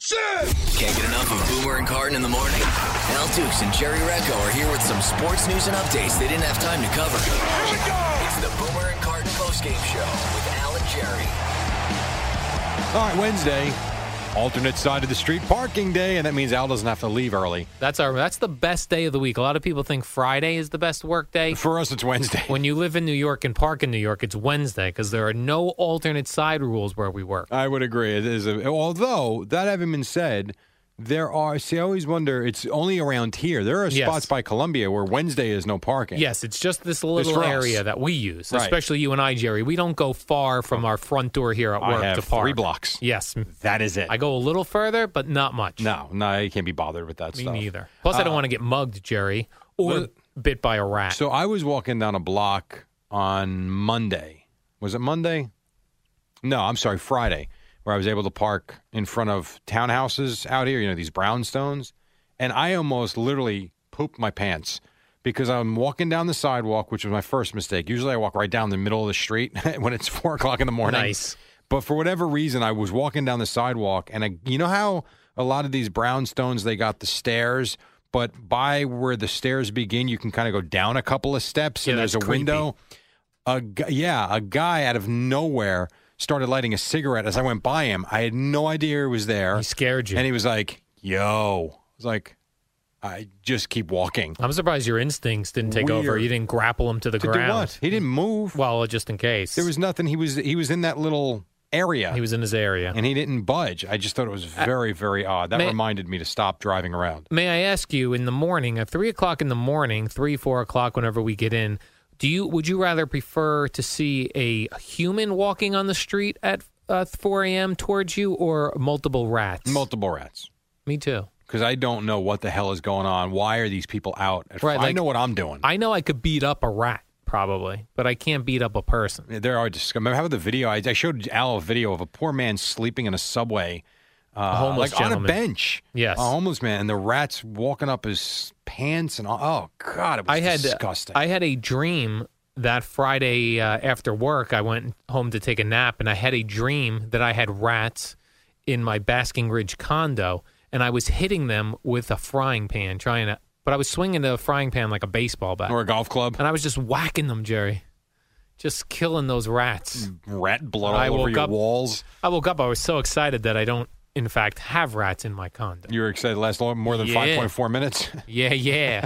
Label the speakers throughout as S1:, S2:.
S1: Shit. Can't get enough of Boomer and Carton in the morning. Al Dukes and Jerry Recco are here with some sports news and updates they didn't have time to cover. It's the Boomer and Carton postgame show with Al and Jerry.
S2: All right, Wednesday, alternate side of the street parking day, and that means Al doesn't have to leave early.
S3: That's our. That's the best day of the week. A lot of people think Friday is the best work day.
S2: For us, it's Wednesday.
S3: When you live in New York and park in New York, it's Wednesday because there are no alternate side rules where we work.
S2: I would agree. It is, a, although that having been said. There are. See, I always wonder. It's only around here. There are spots yes. by Columbia where Wednesday is no parking.
S3: Yes, it's just this little area that we use, right. especially you and I, Jerry. We don't go far from our front door here at work
S2: I have
S3: to park.
S2: Three blocks.
S3: Yes,
S2: that is it.
S3: I go a little further, but not much.
S2: No, no, I can't be bothered with that
S3: Me
S2: stuff.
S3: neither. Plus, uh, I don't want to get mugged, Jerry, or the, bit by a rat.
S2: So I was walking down a block on Monday. Was it Monday? No, I'm sorry, Friday where I was able to park in front of townhouses out here, you know, these brownstones. And I almost literally pooped my pants because I'm walking down the sidewalk, which was my first mistake. Usually I walk right down the middle of the street when it's four o'clock in the morning.
S3: Nice.
S2: But for whatever reason, I was walking down the sidewalk and I, you know how a lot of these brownstones, they got the stairs, but by where the stairs begin, you can kind of go down a couple of steps
S3: yeah,
S2: and there's a
S3: creepy.
S2: window. A, yeah, a guy out of nowhere started lighting a cigarette as I went by him. I had no idea he was there.
S3: He scared you.
S2: And he was like, yo. I was like, I just keep walking.
S3: I'm surprised your instincts didn't take Weird. over. You didn't grapple him to the
S2: to
S3: ground.
S2: He didn't move.
S3: Well, just in case.
S2: There was nothing. He was he was in that little area.
S3: He was in his area.
S2: And he didn't budge. I just thought it was very, very odd. That Uh, may, reminded me to stop driving around.
S3: May I ask you in the morning, at three o'clock in the morning, three, four o'clock whenever we get in, do you would you rather prefer to see a human walking on the street at uh, 4 a.m. towards you or multiple rats?
S2: Multiple rats.
S3: Me too.
S2: Because I don't know what the hell is going on. Why are these people out? right, f- like, I know what I'm doing.
S3: I know I could beat up a rat probably, but I can't beat up a person.
S2: There are just. Remember how the video? I, I showed Al a video of a poor man sleeping in a subway. Uh,
S3: a homeless
S2: like
S3: gentleman.
S2: on a bench.
S3: Yes,
S2: a homeless man, and the rats walking up his pants and all, oh god, it was
S3: I had, uh,
S2: disgusting.
S3: I had a dream that Friday uh, after work. I went home to take a nap, and I had a dream that I had rats in my Basking Ridge condo, and I was hitting them with a frying pan, trying to. But I was swinging the frying pan like a baseball bat
S2: or a golf club,
S3: and I was just whacking them, Jerry just killing those rats.
S2: Rat blood Mm. all I over your
S3: up,
S2: walls.
S3: I woke up. I was so excited that I don't, in fact, have rats in my condo.
S2: You were excited last long, more than
S3: yeah.
S2: five point four minutes.
S3: yeah, yeah.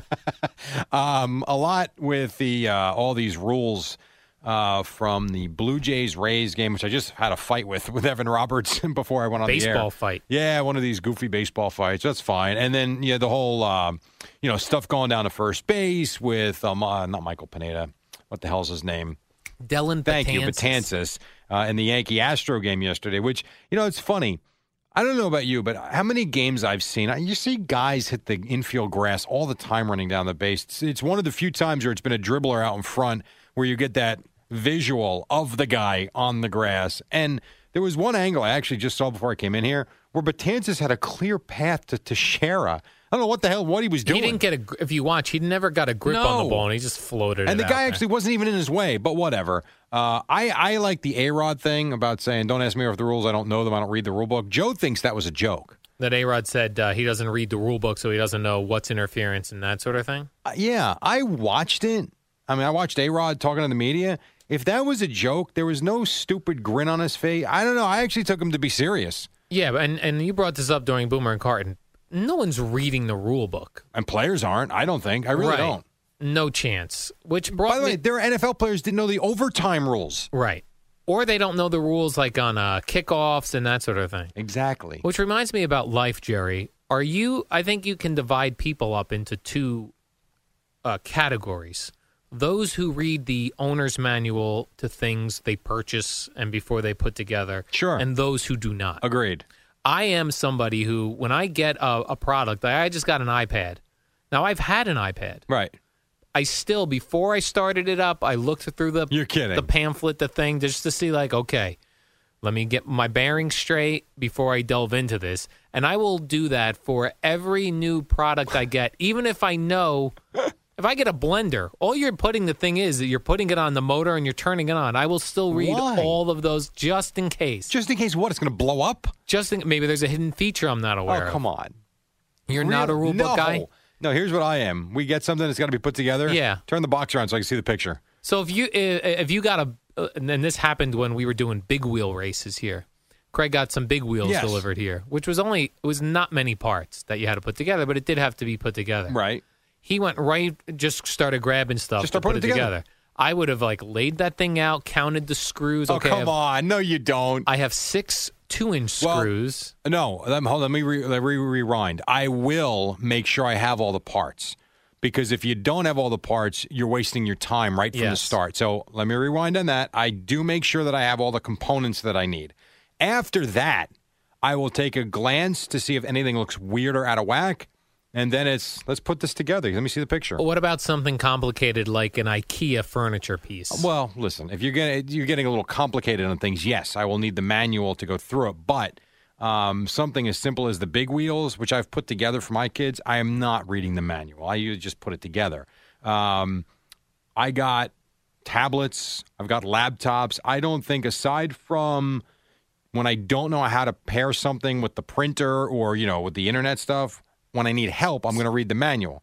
S2: um, a lot with the uh, all these rules. Uh, from the Blue Jays Rays game, which I just had a fight with with Evan Roberts before I went on
S3: baseball
S2: the air.
S3: fight.
S2: Yeah, one of these goofy baseball fights. That's fine. And then yeah, the whole uh, you know stuff going down to first base with um, not Michael Pineda. What the hell's his name?
S3: Dylan
S2: Thank
S3: Betances.
S2: you, Batansis, uh, in the Yankee Astro game yesterday, which, you know, it's funny. I don't know about you, but how many games I've seen, you see guys hit the infield grass all the time running down the base. It's, it's one of the few times where it's been a dribbler out in front where you get that visual of the guy on the grass. And there was one angle I actually just saw before I came in here where Batansis had a clear path to Teixeira. I don't know what the hell what he was doing.
S3: He didn't get a. If you watch, he never got a grip
S2: no.
S3: on the ball, and he just floated.
S2: And the guy
S3: there.
S2: actually wasn't even in his way. But whatever. Uh, I I like the A Rod thing about saying, "Don't ask me if the rules. I don't know them. I don't read the rule book." Joe thinks that was a joke.
S3: That A Rod said uh, he doesn't read the rule book, so he doesn't know what's interference and that sort of thing.
S2: Uh, yeah, I watched it. I mean, I watched A Rod talking to the media. If that was a joke, there was no stupid grin on his face. I don't know. I actually took him to be serious.
S3: Yeah, and and you brought this up during Boomer and Carton. No one's reading the rule book.
S2: And players aren't. I don't think. I really
S3: right.
S2: don't.
S3: No chance. Which brought
S2: By the
S3: me-
S2: way, there are NFL players didn't know the overtime rules.
S3: right, or they don't know the rules like on uh, kickoffs and that sort of thing.
S2: Exactly.
S3: Which reminds me about life, Jerry. Are you? I think you can divide people up into two uh, categories: those who read the owner's manual to things they purchase and before they put together,
S2: Sure.
S3: and those who do not.
S2: Agreed.
S3: I am somebody who, when I get a, a product, I I just got an iPad. Now I've had an iPad.
S2: Right.
S3: I still, before I started it up, I looked through the
S2: You're kidding.
S3: the pamphlet, the thing, just to see like, okay, let me get my bearings straight before I delve into this. And I will do that for every new product I get, even if I know if I get a blender, all you're putting the thing is that you're putting it on the motor and you're turning it on. I will still read
S2: Why?
S3: all of those just in case.
S2: Just in case what? It's going to blow up?
S3: Just in, maybe there's a hidden feature I'm not aware
S2: Oh,
S3: of.
S2: come on.
S3: You're not a
S2: Really?
S3: rule
S2: no.
S3: book guy.
S2: No, here's what I am. We get something that's got to be put together.
S3: Yeah.
S2: Turn the box around so I can see the picture.
S3: So if you i- if you got a uh, and then this happened when we were doing big wheel races here. Craig got some big wheels
S2: Yes.
S3: delivered here, which was only it was not many parts that you had to put together, but it did have to be put together.
S2: Right.
S3: He went right just started grabbing stuff
S2: Just
S3: to
S2: start
S3: put it
S2: putting it together.
S3: together. I would have like laid that thing out, counted the screws.
S2: Oh,
S3: okay,
S2: come
S3: I've-
S2: on. No, you don't.
S3: I have six two inch
S2: Well,
S3: screws.
S2: No, let, hold on. Let me re, let me rewind. I will make sure I have all the parts because if you don't have all the parts, you're wasting your time right from the
S3: Yes.
S2: start. So let me rewind on that. I do make sure that I have all the components that I need. After that, I will take a glance to see if anything looks weird or out of whack, and then it's let's put this together. Let me see the picture.
S3: What about something complicated like an IKEA furniture piece?
S2: Well, listen, if you're getting you're getting a little complicated on things, yes, I will need the manual to go through it. But um, something as simple as the big wheels, which I've put together for my kids, I am not reading the manual. I usually just put it together. Um, I got tablets. I've got laptops. I don't think aside from when I don't know how to pair something with the printer or you know with the internet stuff, when I need help, I'm going to read the manual.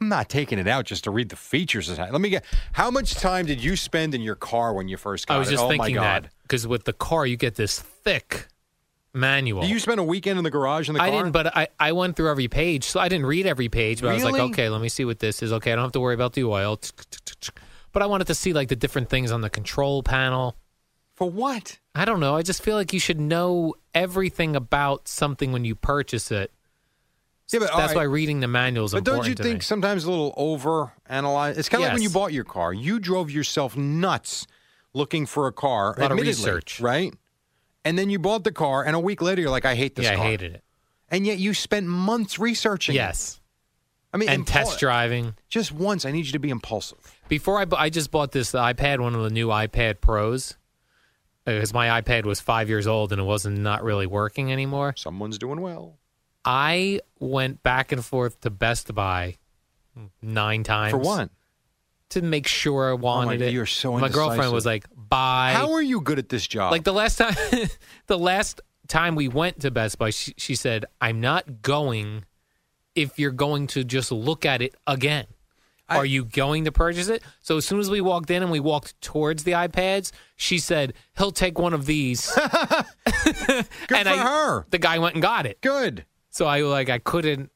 S2: I'm not taking it out just to read the features. Let me get. How much time did you spend in your car when you first got
S3: I was
S2: it?
S3: just
S2: oh
S3: thinking
S2: my God.
S3: that because with the car you get this thick manual.
S2: Do you spend a weekend in the garage in the car?
S3: I didn't, but I, I went through every page. So I didn't read every page, but I was
S2: Really?
S3: like, okay, let me see what this is. Okay, I don't have to worry about the oil. But I wanted to see like the different things on the control panel.
S2: For what?
S3: I don't know. I just feel like you should know everything about something when you purchase it.
S2: Yeah, but all
S3: That's
S2: right.
S3: why reading the manual is
S2: But
S3: important.
S2: don't you
S3: to
S2: think
S3: me.
S2: sometimes a little over analyze? It's kind of like when you
S3: Yes.
S2: bought your car. You drove yourself nuts looking for a car.
S3: Lot of
S2: admittedly,
S3: research.
S2: right? And then you bought the car, and a week later you're like, "I hate this
S3: Yeah,
S2: car."
S3: I hated it.
S2: And yet you spent months researching. it.
S3: Yes,
S2: I mean,
S3: and test
S2: impul-
S3: driving.
S2: Just once, I need you to be impulsive.
S3: Before I, bu- I just bought this iPad, one of the new iPad Pros, because my iPad was five years old and it wasn't not really working anymore.
S2: Someone's doing well.
S3: I went back and forth to Best Buy nine times
S2: For one, Oh
S3: to make sure I wanted it.
S2: you're so
S3: my girlfriend
S2: indecisive.
S3: was like, "Buy."
S2: how are you good at this job?
S3: like the last time, the last time we went to Best Buy, she, she said, "I'm not going if you're going to just look at it again."
S2: I-
S3: Are you going to purchase it? So as soon as we walked in and we walked towards the iPads, she said, "He'll take one of these."
S2: good
S3: and
S2: for
S3: I-
S2: her.
S3: The guy went and got it.
S2: Good.
S3: So I like I couldn't.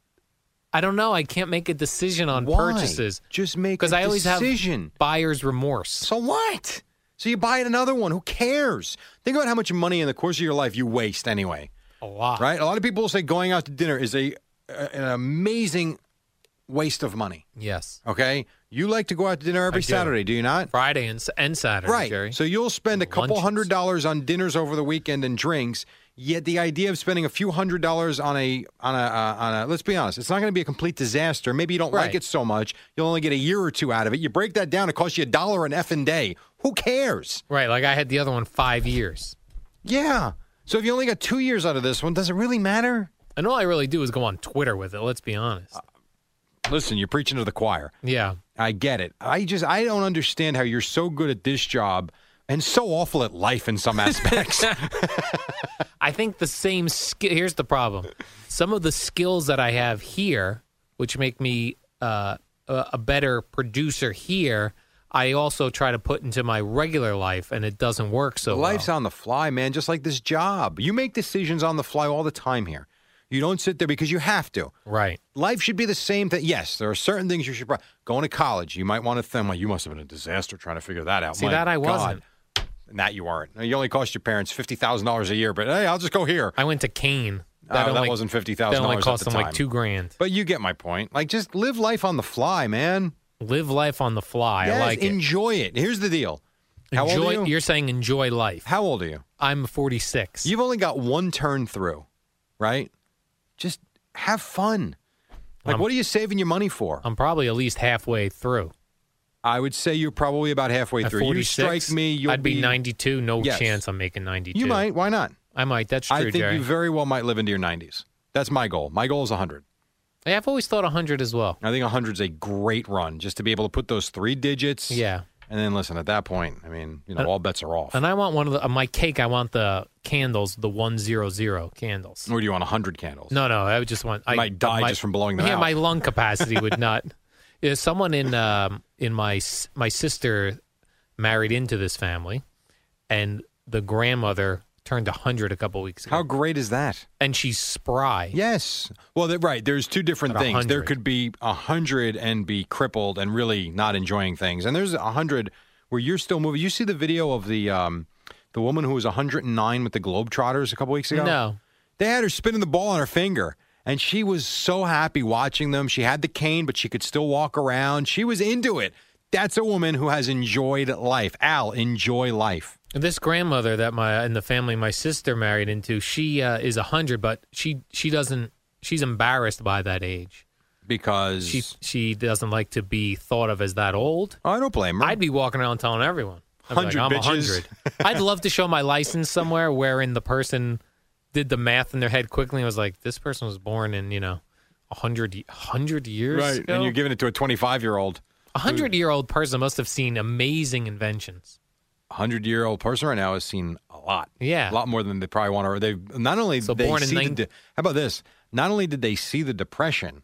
S3: I don't know. I can't make a decision on
S2: Why?
S3: purchases
S2: Just make
S3: because
S2: a
S3: I always
S2: decision.
S3: have buyer's remorse.
S2: So what? So you buy another one. Who cares? Think about how much money in the course of your life you waste anyway.
S3: A lot.
S2: Right? A lot of people say going out to dinner is a, a an amazing waste of money.
S3: Yes.
S2: Okay, you like to go out to dinner every
S3: do.
S2: Saturday, do you not?
S3: Friday and, s- and Saturday,
S2: Right.
S3: Jerry.
S2: So you'll spend a couple
S3: Lunches.
S2: hundred dollars on dinners over the weekend and drinks. Yet the idea of spending a few hundred dollars on a on a uh, on a let's be honest, it's not going to be a complete disaster. Maybe you don't like
S3: Right.
S2: it so much. You'll only get a year or two out of it. You break that down, it costs you a dollar an effing day. Who cares?
S3: right. Like I had the other one five years,
S2: Yeah. So if you only got two years out of this one, does it really matter?
S3: and all I really do is go on Twitter with it. Let's be honest.
S2: Listen, you're preaching to the choir.
S3: yeah.
S2: I get it. I just I don't understand how you're so good at this job and so awful at life in some aspects.
S3: I think the same skill. Here's the problem: some of the skills that I have here, which make me uh, a a better producer here, I also try to put into my regular life, and it doesn't work so
S2: Life's
S3: well.
S2: on the fly, man, just like this job. You make decisions on the fly all the time here. You don't sit there because you have to.
S3: right.
S2: Life should be the same thing. Yes, there are certain things you should. Pro- going to college, you might want to think, well, you must have been a disaster trying to figure that out.
S3: See
S2: My
S3: that I
S2: God.
S3: wasn't.
S2: And that you aren't. You only cost your parents fifty thousand dollars a year, but hey, I'll just go here.
S3: I went to Kane.
S2: Oh, that
S3: only-
S2: wasn't $50,000
S3: That only
S2: at
S3: cost
S2: the
S3: them
S2: time.
S3: like two grand.
S2: But you get my point. Like, just live life on the fly, man.
S3: Live life on the fly. I
S2: Yes,
S3: like it.
S2: enjoy it. Here's the deal. How
S3: enjoy,
S2: old are you?
S3: You're saying enjoy life.
S2: How old are you?
S3: I'm 46.
S2: You've only got one turn through, right? Just have fun. Like,
S3: I'm-
S2: what are you saving your money for?
S3: I'm probably at least halfway through.
S2: I would say you're probably about halfway
S3: At
S2: through. You
S3: 46,
S2: strike me. You'll
S3: I'd be, 92. No
S2: Yes.
S3: chance I'm making 92.
S2: You might. Why not?
S3: I might. That's true,
S2: I think
S3: Jerry.
S2: you very well might live into your 90s. That's my goal. My goal is 100.
S3: Hey, I've always thought 100 as well.
S2: I think 100 is a great run just to be able to put those three digits.
S3: Yeah.
S2: And then listen, at that point, I mean, you know,
S3: And-
S2: all bets are off.
S3: And I want one of the, on my cake, I want the candles, the 100 candles.
S2: Or do you want 100 candles?
S3: No, no, I would just want. I uh,
S2: might die
S3: my-
S2: just from blowing them
S3: yeah,
S2: out.
S3: my lung capacity would not. Yeah, someone in um, in my s- my sister married into this family, and the grandmother turned hundred a couple weeks ago,
S2: How great is that?
S3: and she's spry.
S2: Yes. Well, that right. There's two different
S3: At
S2: things. There
S3: 100.
S2: could be a hundred and be crippled and really not enjoying things, and there's a hundred where you're still moving. You see the video of the um, the woman who was 109 with the Globetrotters a couple weeks ago.
S3: No,
S2: They had her spinning the ball on her finger, and she was so happy watching them. She had the cane, but she could still walk around. She was into it. That's a woman who has enjoyed life. Al, enjoy life.
S3: this grandmother that my in the family my sister married into, she uh, is hundred, but she she doesn't. She's embarrassed by that age.
S2: Because
S3: She she doesn't like to be thought of as that old.
S2: oh, I don't blame her.
S3: I'd be walking around telling everyone. I'd be like,
S2: 100
S3: I'm a
S2: bitches."
S3: hundred. I'd love to show my license somewhere wherein the person did the math in their head quickly and was like, this person was born in, you know, a hundred y- hundred years
S2: right,
S3: ago.
S2: and you're giving it to a 25 year old.
S3: a hundred year old person must have seen amazing inventions.
S2: hundred year old person right now has seen a lot.
S3: Yeah.
S2: a lot more than they probably want. Or they not only
S3: So
S2: they
S3: born in
S2: see the
S3: nine-
S2: de- how about this? Not only did they see the depression,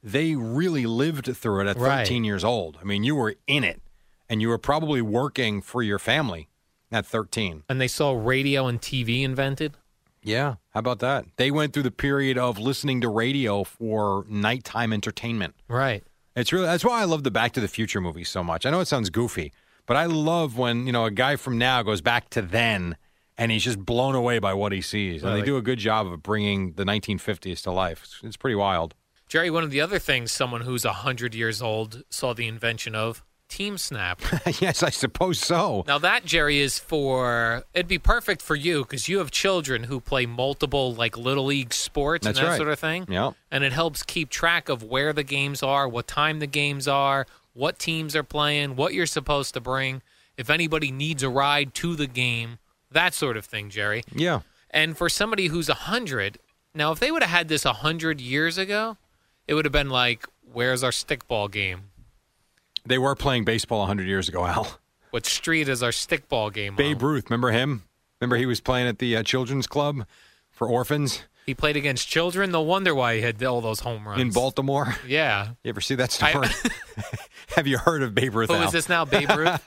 S2: they really lived through it at
S3: Right.
S2: thirteen years old. I mean, you were in it, and you were probably working for your family at thirteen.
S3: And they saw radio and TV invented.
S2: Yeah, how about that? They went through the period of listening to radio for nighttime entertainment.
S3: Right.
S2: It's really that's why I love the Back to the Future movie so much. I know it sounds goofy, but I love when you know a guy from now goes back to then, and he's just blown away by what he sees. And
S3: Right.
S2: they do a good job of bringing the 1950s to life. It's, it's pretty wild.
S3: Jerry, one of the other things someone who's a hundred years old saw the invention of Team Snap.
S2: yes, I suppose so.
S3: Now that Jerry is for it'd be perfect for you because you have children who play multiple like little league sports
S2: That's
S3: and that
S2: right.
S3: sort of thing.
S2: Yep.
S3: And it helps keep track of where the games are, what time the games are, what teams are playing, what you're supposed to bring, if anybody needs a ride to the game, that sort of thing, Jerry.
S2: Yeah,
S3: And for somebody who's 100, now if they would have had this 100 years ago, it would have been like, where's our stickball game?
S2: they were playing baseball 100 years ago. Al
S3: What street is our stickball game on?
S2: Babe Ruth, remember him? Remember he was playing at the uh, children's club for orphans
S3: He played against children. No wonder why he had all those home runs
S2: in Baltimore.
S3: Yeah.
S2: You ever see that
S3: I-
S2: story? Have you heard of Babe Ruth?
S3: Who
S2: Al?
S3: is this now, Babe Ruth?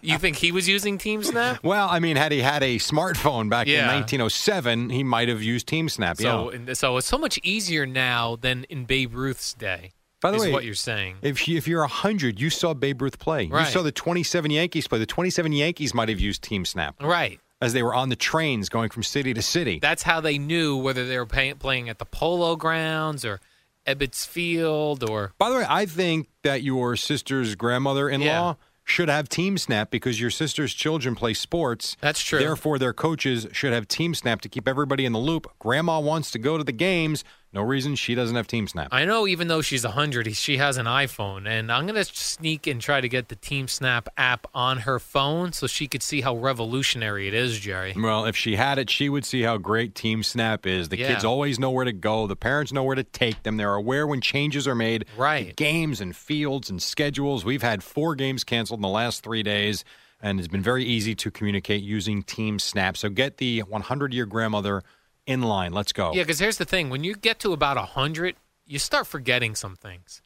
S3: you think he was using Team Snap?
S2: Well, I mean, had he had a smartphone back in
S3: Yeah.
S2: 1907, he might have used Team Snap.
S3: So,
S2: yeah.
S3: and so it's so much easier now than in Babe Ruth's day.
S2: By the
S3: is
S2: way,
S3: what you're saying?
S2: If you, if you're 100, you saw Babe Ruth play.
S3: Right.
S2: You saw the 27 Yankees play. The 27 Yankees might have used Team Snap
S3: right.
S2: as they were on the trains going from city to city.
S3: That's how they knew whether they were pay- playing at the Polo Grounds or Ebbets Field or
S2: By the way, I think that your sister's grandmother-in-law
S3: Yeah.
S2: should have Team Snap because your sister's children play sports.
S3: That's true.
S2: Therefore, their coaches should have Team Snap to keep everybody in the loop. Grandma wants to go to the games. No reason she doesn't have Team Snap.
S3: I know even though she's 100, she has an iPhone, and I'm going to sneak and try to get the Team Snap app on her phone so she could see how revolutionary it is, Jerry.
S2: Well, if she had it, she would see how great Team Snap is. The
S3: Yeah.
S2: kids always know where to go. The parents know where to take them. They're aware when changes are made.
S3: Right.
S2: The games and fields and schedules. We've had four games canceled in the last three days, and it's been very easy to communicate using Team Snap. So get the 100 year grandmother in line. Let's go.
S3: Yeah, because here's the thing: when you get to about a hundred, you start forgetting some things,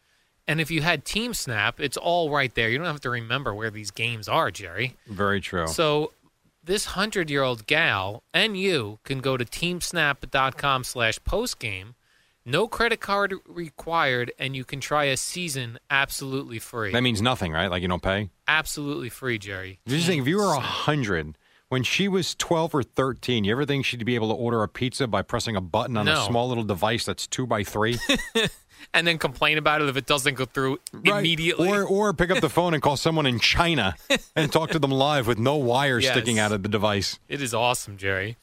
S3: And if you had Team Snap, it's all right there. You don't have to remember where these games are, Jerry.
S2: Very true.
S3: So this hundred year old gal and you can go to teamsnap.com slash postgame. No credit card required, and you can try a season absolutely free.
S2: that means nothing, right? Like you don't pay.
S3: absolutely free, Jerry.
S2: Just think, if you were a hundred when she was twelve or thirteen, you ever think she'd be able to order a pizza by pressing a button on
S3: No.
S2: a small little device that's two by three?
S3: And then complain about it if it doesn't go through immediately.
S2: Or or pick up the phone and call someone in China and talk to them live with no wires
S3: Yes.
S2: sticking out of the device.
S3: It is awesome, Jerry.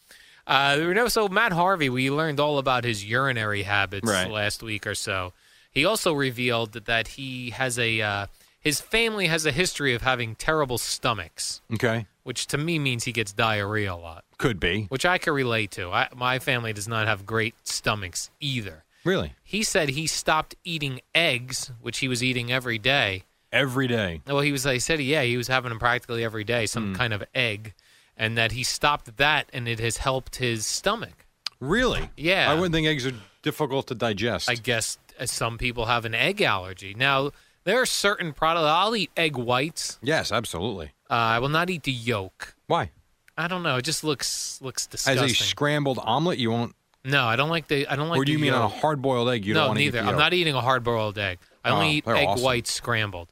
S3: Uh, you know, so Matt Harvey, we learned all about his urinary habits
S2: Right.
S3: last week or so. He also revealed that he has a uh, his family has a history of having terrible stomachs,
S2: Okay.
S3: which to me means he gets diarrhea a lot,
S2: Could be.
S3: which I can relate to. I, my family does not have great stomachs either.
S2: Really?
S3: He said he stopped eating eggs, which he was eating every day,
S2: Every day.
S3: well, he was. He said, yeah, he was having them practically every day,
S2: Hmm.
S3: some kind of egg, and that he stopped that, and it has helped his stomach.
S2: Really?
S3: Yeah.
S2: I wouldn't think eggs are difficult to digest.
S3: I guess uh, some people have an egg allergy. Now there are certain products. I'll eat egg whites.
S2: yes, absolutely.
S3: Uh, I will not eat the yolk.
S2: Why?
S3: I don't know. It just looks looks
S2: As
S3: disgusting.
S2: a scrambled omelet, you won't.
S3: no, I don't like the. I don't like.
S2: or do
S3: the
S2: you mean on a
S3: yolk.
S2: hard boiled egg? You
S3: no,
S2: don't want to
S3: neither.
S2: Eat the
S3: I'm
S2: yolk?
S3: not eating a hard boiled egg. I
S2: Oh,
S3: only eat
S2: they're
S3: egg
S2: awesome.
S3: whites scrambled.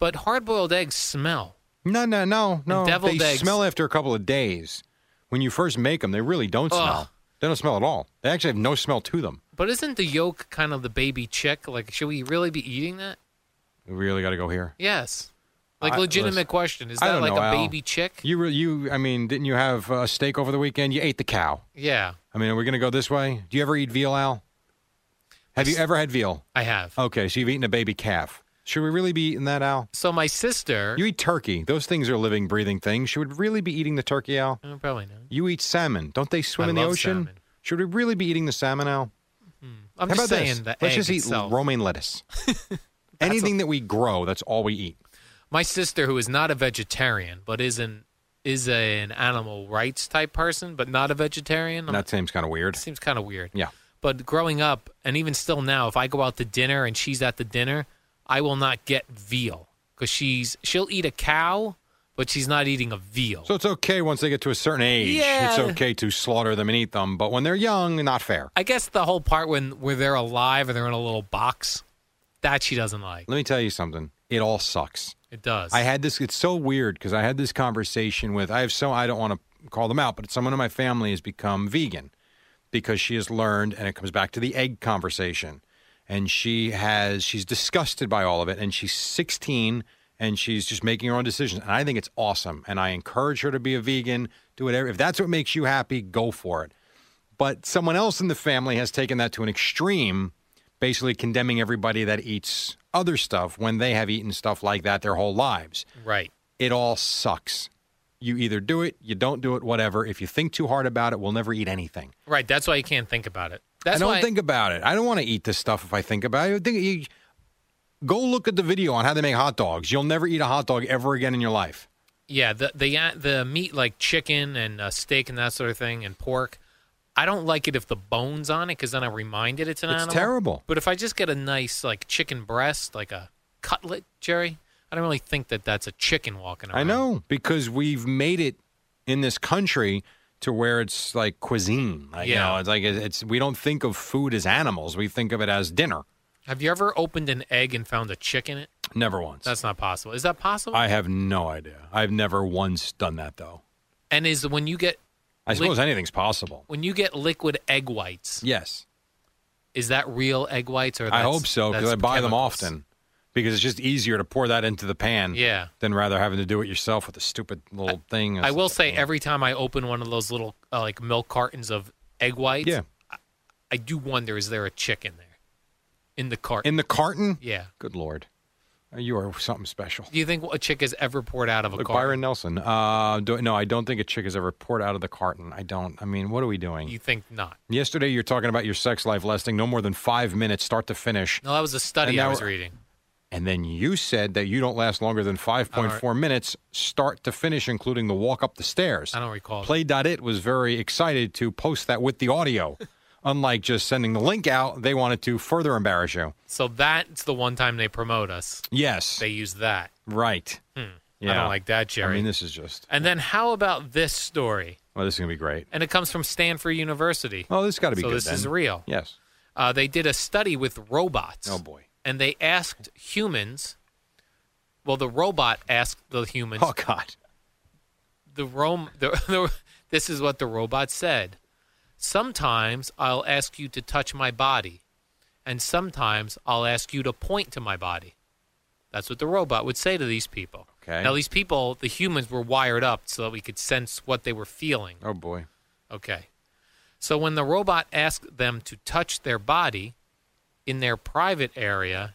S3: But hard boiled eggs smell.
S2: No, no, no, no.
S3: deviled
S2: they
S3: eggs-
S2: smell after a couple of days. When you first make them, they really don't
S3: Ugh.
S2: smell. They don't smell at all. They actually have no smell to them.
S3: But isn't the yolk kind of the baby chick? Like, should we really be eating that?
S2: We really got to go here.
S3: Yes. Like
S2: I-
S3: legitimate
S2: listen,
S3: question. Is
S2: I
S3: that
S2: don't
S3: like
S2: know, Al.
S3: a baby chick?
S2: You, re- you. I mean, didn't you have a steak over the weekend? You ate the cow.
S3: yeah,
S2: I mean, are we going to go this way? Do you ever eat veal, Al? Have you ever had veal?
S3: I have.
S2: Okay, so you've eaten a baby calf. Should we really be eating that, Al?
S3: So my sister.
S2: You eat turkey. Those things are living, breathing things. Should we really be eating the turkey, Al?
S3: Oh, probably not.
S2: You eat salmon. Don't they swim
S3: I
S2: in the
S3: love
S2: ocean?
S3: salmon.
S2: Should we really be eating the salmon, Al?
S3: I'm
S2: How
S3: just
S2: about
S3: saying
S2: this?
S3: the
S2: Let's
S3: egg
S2: just eat
S3: itself.
S2: romaine lettuce. Anything that we grow, that's all we eat.
S3: my sister, who is not a vegetarian but is an is a, an animal rights type person, but not a vegetarian. I'm-
S2: that seems kind of weird.
S3: seems kind of weird.
S2: Yeah.
S3: But growing up, and even still now, if I go out to dinner and she's at the dinner, I will not get veal because she's she'll eat a cow, but she's not eating a veal.
S2: So it's okay once they get to a certain age. It's
S3: Yeah.
S2: okay to slaughter them and eat them, but when they're young, not fair.
S3: I guess the whole part when where they're alive or they're in a little box, that she doesn't like.
S2: Let me tell you something. It all sucks.
S3: It does.
S2: I had this. It's so weird because I had this conversation with. I have so. I don't want to call them out, but someone in my family has become vegan because she has learned, and it comes back to the egg conversation. And she has. She's disgusted by all of it, and she's 16, and she's just making her own decisions. And I think it's awesome, and I encourage her to be a vegan. Do whatever. If that's what makes you happy, go for it. But someone else in the family has taken that to an extreme, basically condemning everybody that eats other stuff when they have eaten stuff like that their whole lives.
S3: right.
S2: It all sucks. You either do it, you don't do it, whatever. If you think too hard about it, we'll never eat anything.
S3: Right. That's why you can't think about it. That's
S2: I don't
S3: why
S2: think about it. I don't want to eat this stuff if I think about it. I think you, go look at the video on how they make hot dogs. You'll never eat a hot dog ever again in your life.
S3: Yeah, the the uh, the meat like chicken and uh, steak and that sort of thing and pork. I don't like it if the bones on it because then I'm reminded it's an
S2: It's
S3: animal.
S2: terrible.
S3: But if I just get a nice like chicken breast, like a cutlet, Jerry, I don't really think that that's a chicken walking around.
S2: I know because we've made it in this country to where it's like cuisine. Like, You
S3: Yeah.
S2: know, it's like it's, it's we don't think of food as animals. We think of it as dinner.
S3: Have you ever opened an egg and found a chick in it?
S2: Never once.
S3: That's not possible. Is that possible?
S2: I have no idea. I've never once done that though.
S3: and is when you get
S2: I
S3: Like-
S2: suppose anything's possible.
S3: when you get liquid egg whites,
S2: Yes,
S3: is that real egg whites or
S2: I
S3: that's-
S2: hope so because
S3: that's
S2: I buy them
S3: chemicals?
S2: often because it's just easier to pour that into the pan.
S3: Yeah.
S2: Than rather having to do it yourself with a stupid little thing.
S3: I will say every time I open one of those little uh, like milk cartons of egg whites,
S2: Yeah.
S3: I do wonder is there a chick in there in the carton?
S2: In the carton.
S3: yeah.
S2: Good lord, you are something special.
S3: Do you think a chick has ever poured out of a
S2: Look,
S3: carton?
S2: Byron Nelson. Uh, do, no, I don't think a chick has ever poured out of the carton. I don't. I mean, what are we doing?
S3: You think not?
S2: Yesterday, you're talking about your sex life lasting no more than five minutes, start to finish,
S3: No, that was a
S2: And
S3: study
S2: now
S3: I was
S2: we're-
S3: reading.
S2: and then you said that you don't last longer than five point four minutes, start to finish, including the walk up the stairs.
S3: I don't recall. that.
S2: Play.it was very excited to post that with the audio Unlike just sending the link out, they wanted to further embarrass you.
S3: So that's the one time they promote us.
S2: Yes.
S3: They use that.
S2: right. Yeah.
S3: I don't like that,
S2: I
S3: Jerry.
S2: mean, this is just.
S3: and then how about this story?
S2: Well, this is gonna be great.
S3: And it comes from Stanford University.
S2: Oh, this got to be
S3: so
S2: good.
S3: this
S2: then.
S3: is real.
S2: Yes.
S3: Uh, they did a study with robots.
S2: Oh boy.
S3: And they asked humans. Well, the robot asked the humans.
S2: Oh God.
S3: the Rome. The, the, this is what the robot said. Sometimes I'll ask you to touch my body, and sometimes I'll ask you to point to my body. That's what the robot would say to these people.
S2: Okay.
S3: Now these people, the humans, were wired up so that we could sense what they were feeling.
S2: Oh boy.
S3: Okay. So when the robot asked them to touch their body in their private area,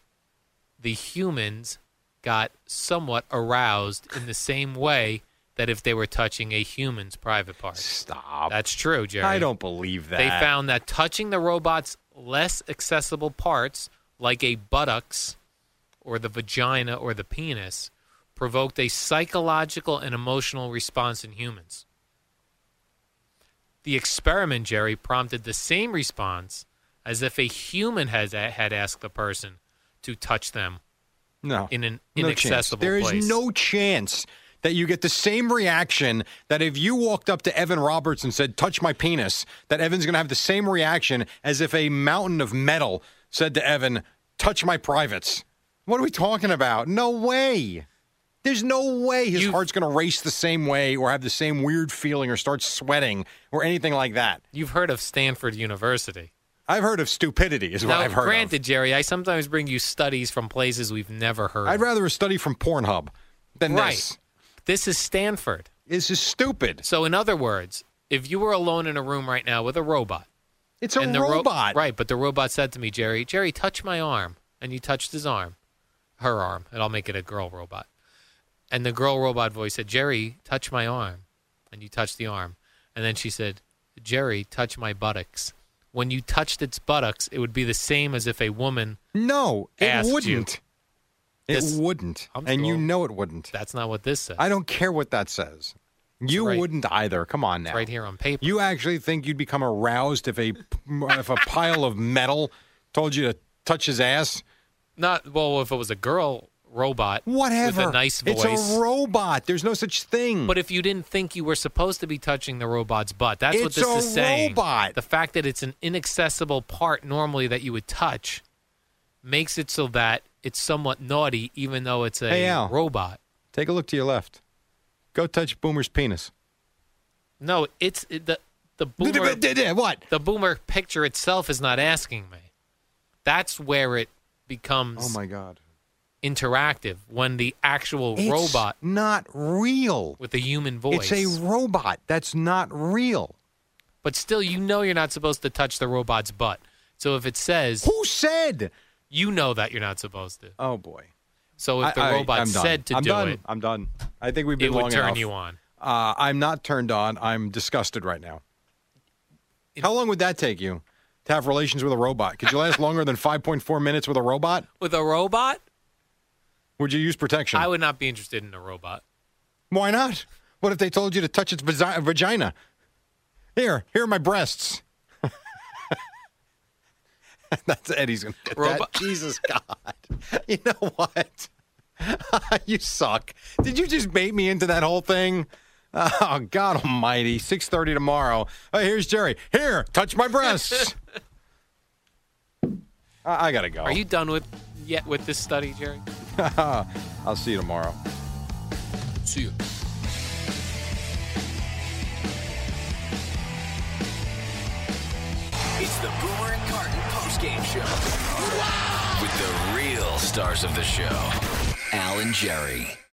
S3: the humans got somewhat aroused in the same way that if they were touching a human's private part.
S2: Stop.
S3: That's true, Jerry.
S2: I don't believe that.
S3: They found that touching the robot's less accessible parts, like a buttocks or the vagina or the penis, provoked a psychological and emotional response in humans. The experiment, Jerry, prompted the same response as if a human has, had asked the person to touch them
S2: no
S3: in an
S2: No chance.
S3: inaccessible
S2: There is
S3: place.
S2: no chance that you get the same reaction that if you walked up to Evan Roberts and said, "Touch my penis," that Evan's going to have the same reaction as if a mountain of metal said to Evan, "Touch my privates." What are we talking about? No way. There's no way his
S3: You-
S2: heart's going to race the same way or have the same weird feeling or start sweating or anything like that.
S3: You've heard of Stanford University.
S2: I've heard of stupidity, is what
S3: now,
S2: I've heard. of.
S3: granted, Jerry, I sometimes bring you studies from places we've never heard.
S2: I'd
S3: of.
S2: rather a study from Pornhub than
S3: Right.
S2: this.
S3: This is Stanford.
S2: This is stupid.
S3: So, in other words, if you were alone in a room right now with a robot,
S2: It's a
S3: and the ro-
S2: robot.
S3: right? But the robot said to me, Jerry, Jerry, touch my arm, and you touched his arm, her arm, and I'll make it a girl robot. And the girl robot voice said, Jerry, touch my arm, and you touched the arm, and then she said, Jerry, touch my buttocks. When you touched its buttocks, it would be the same as if a woman.
S2: No, it
S3: Asked you.
S2: wouldn't. It
S3: This-
S2: wouldn't.
S3: I'm
S2: and you
S3: still-
S2: know it wouldn't.
S3: That's not what this says.
S2: I don't care what that says. You
S3: right.
S2: wouldn't either. Come on now.
S3: It's right here on paper.
S2: You actually think you'd become aroused if a if a pile of metal told you to touch his ass?
S3: Not well. If it was a girl robot,
S2: Whatever.
S3: with a nice voice,
S2: It's a robot. There's no such thing.
S3: But if you didn't think you were supposed to be touching the robot's butt, that's what
S2: It's
S3: this
S2: a
S3: is saying.
S2: robot.
S3: The fact that it's an inaccessible part normally that you would touch makes it so that it's somewhat naughty, even though it's a
S2: Hey, Al.
S3: robot.
S2: Take a look to your left. Go touch Boomer's penis.
S3: No, it's it, the the boomer.
S2: What?
S3: the boomer picture itself is not asking me. That's where it becomes
S2: Oh my God!
S3: interactive when the actual
S2: It's
S3: robot
S2: Not real.
S3: with a human voice.
S2: It's a robot. That's not real.
S3: but still, you know you're not supposed to touch the robot's butt. So if it says
S2: Who said?
S3: you know that you're not supposed to.
S2: Oh boy.
S3: So if the
S2: I- I-
S3: robot
S2: I'm done.
S3: said to
S2: I'm
S3: do
S2: done.
S3: it,
S2: I'm done. I think we've been
S3: it would
S2: long
S3: turn
S2: enough.
S3: you on.
S2: Uh, I'm not turned on. I'm disgusted right now.
S3: It-
S2: How long would that take you to have relations with a robot? Could you last longer than 5.4 minutes with a robot?
S3: With a robot,
S2: Would you use protection?
S3: I would not be interested in a robot.
S2: Why not? What if they told you to touch its vagi- vagina? Here, here are my breasts. That's Eddie's gonna get
S3: Robot-
S2: that. Jesus God! You know what? you suck. Did you just bait me into that whole thing? Oh God Almighty! Six thirty tomorrow. Oh, here's Jerry. Here, touch my breasts. I-, I gotta go.
S3: Are you done with yet with this study, Jerry?
S2: I'll see you tomorrow.
S3: See you.
S1: It's the Boomer and Carton postgame show with the real stars of the show, Al and Jerry.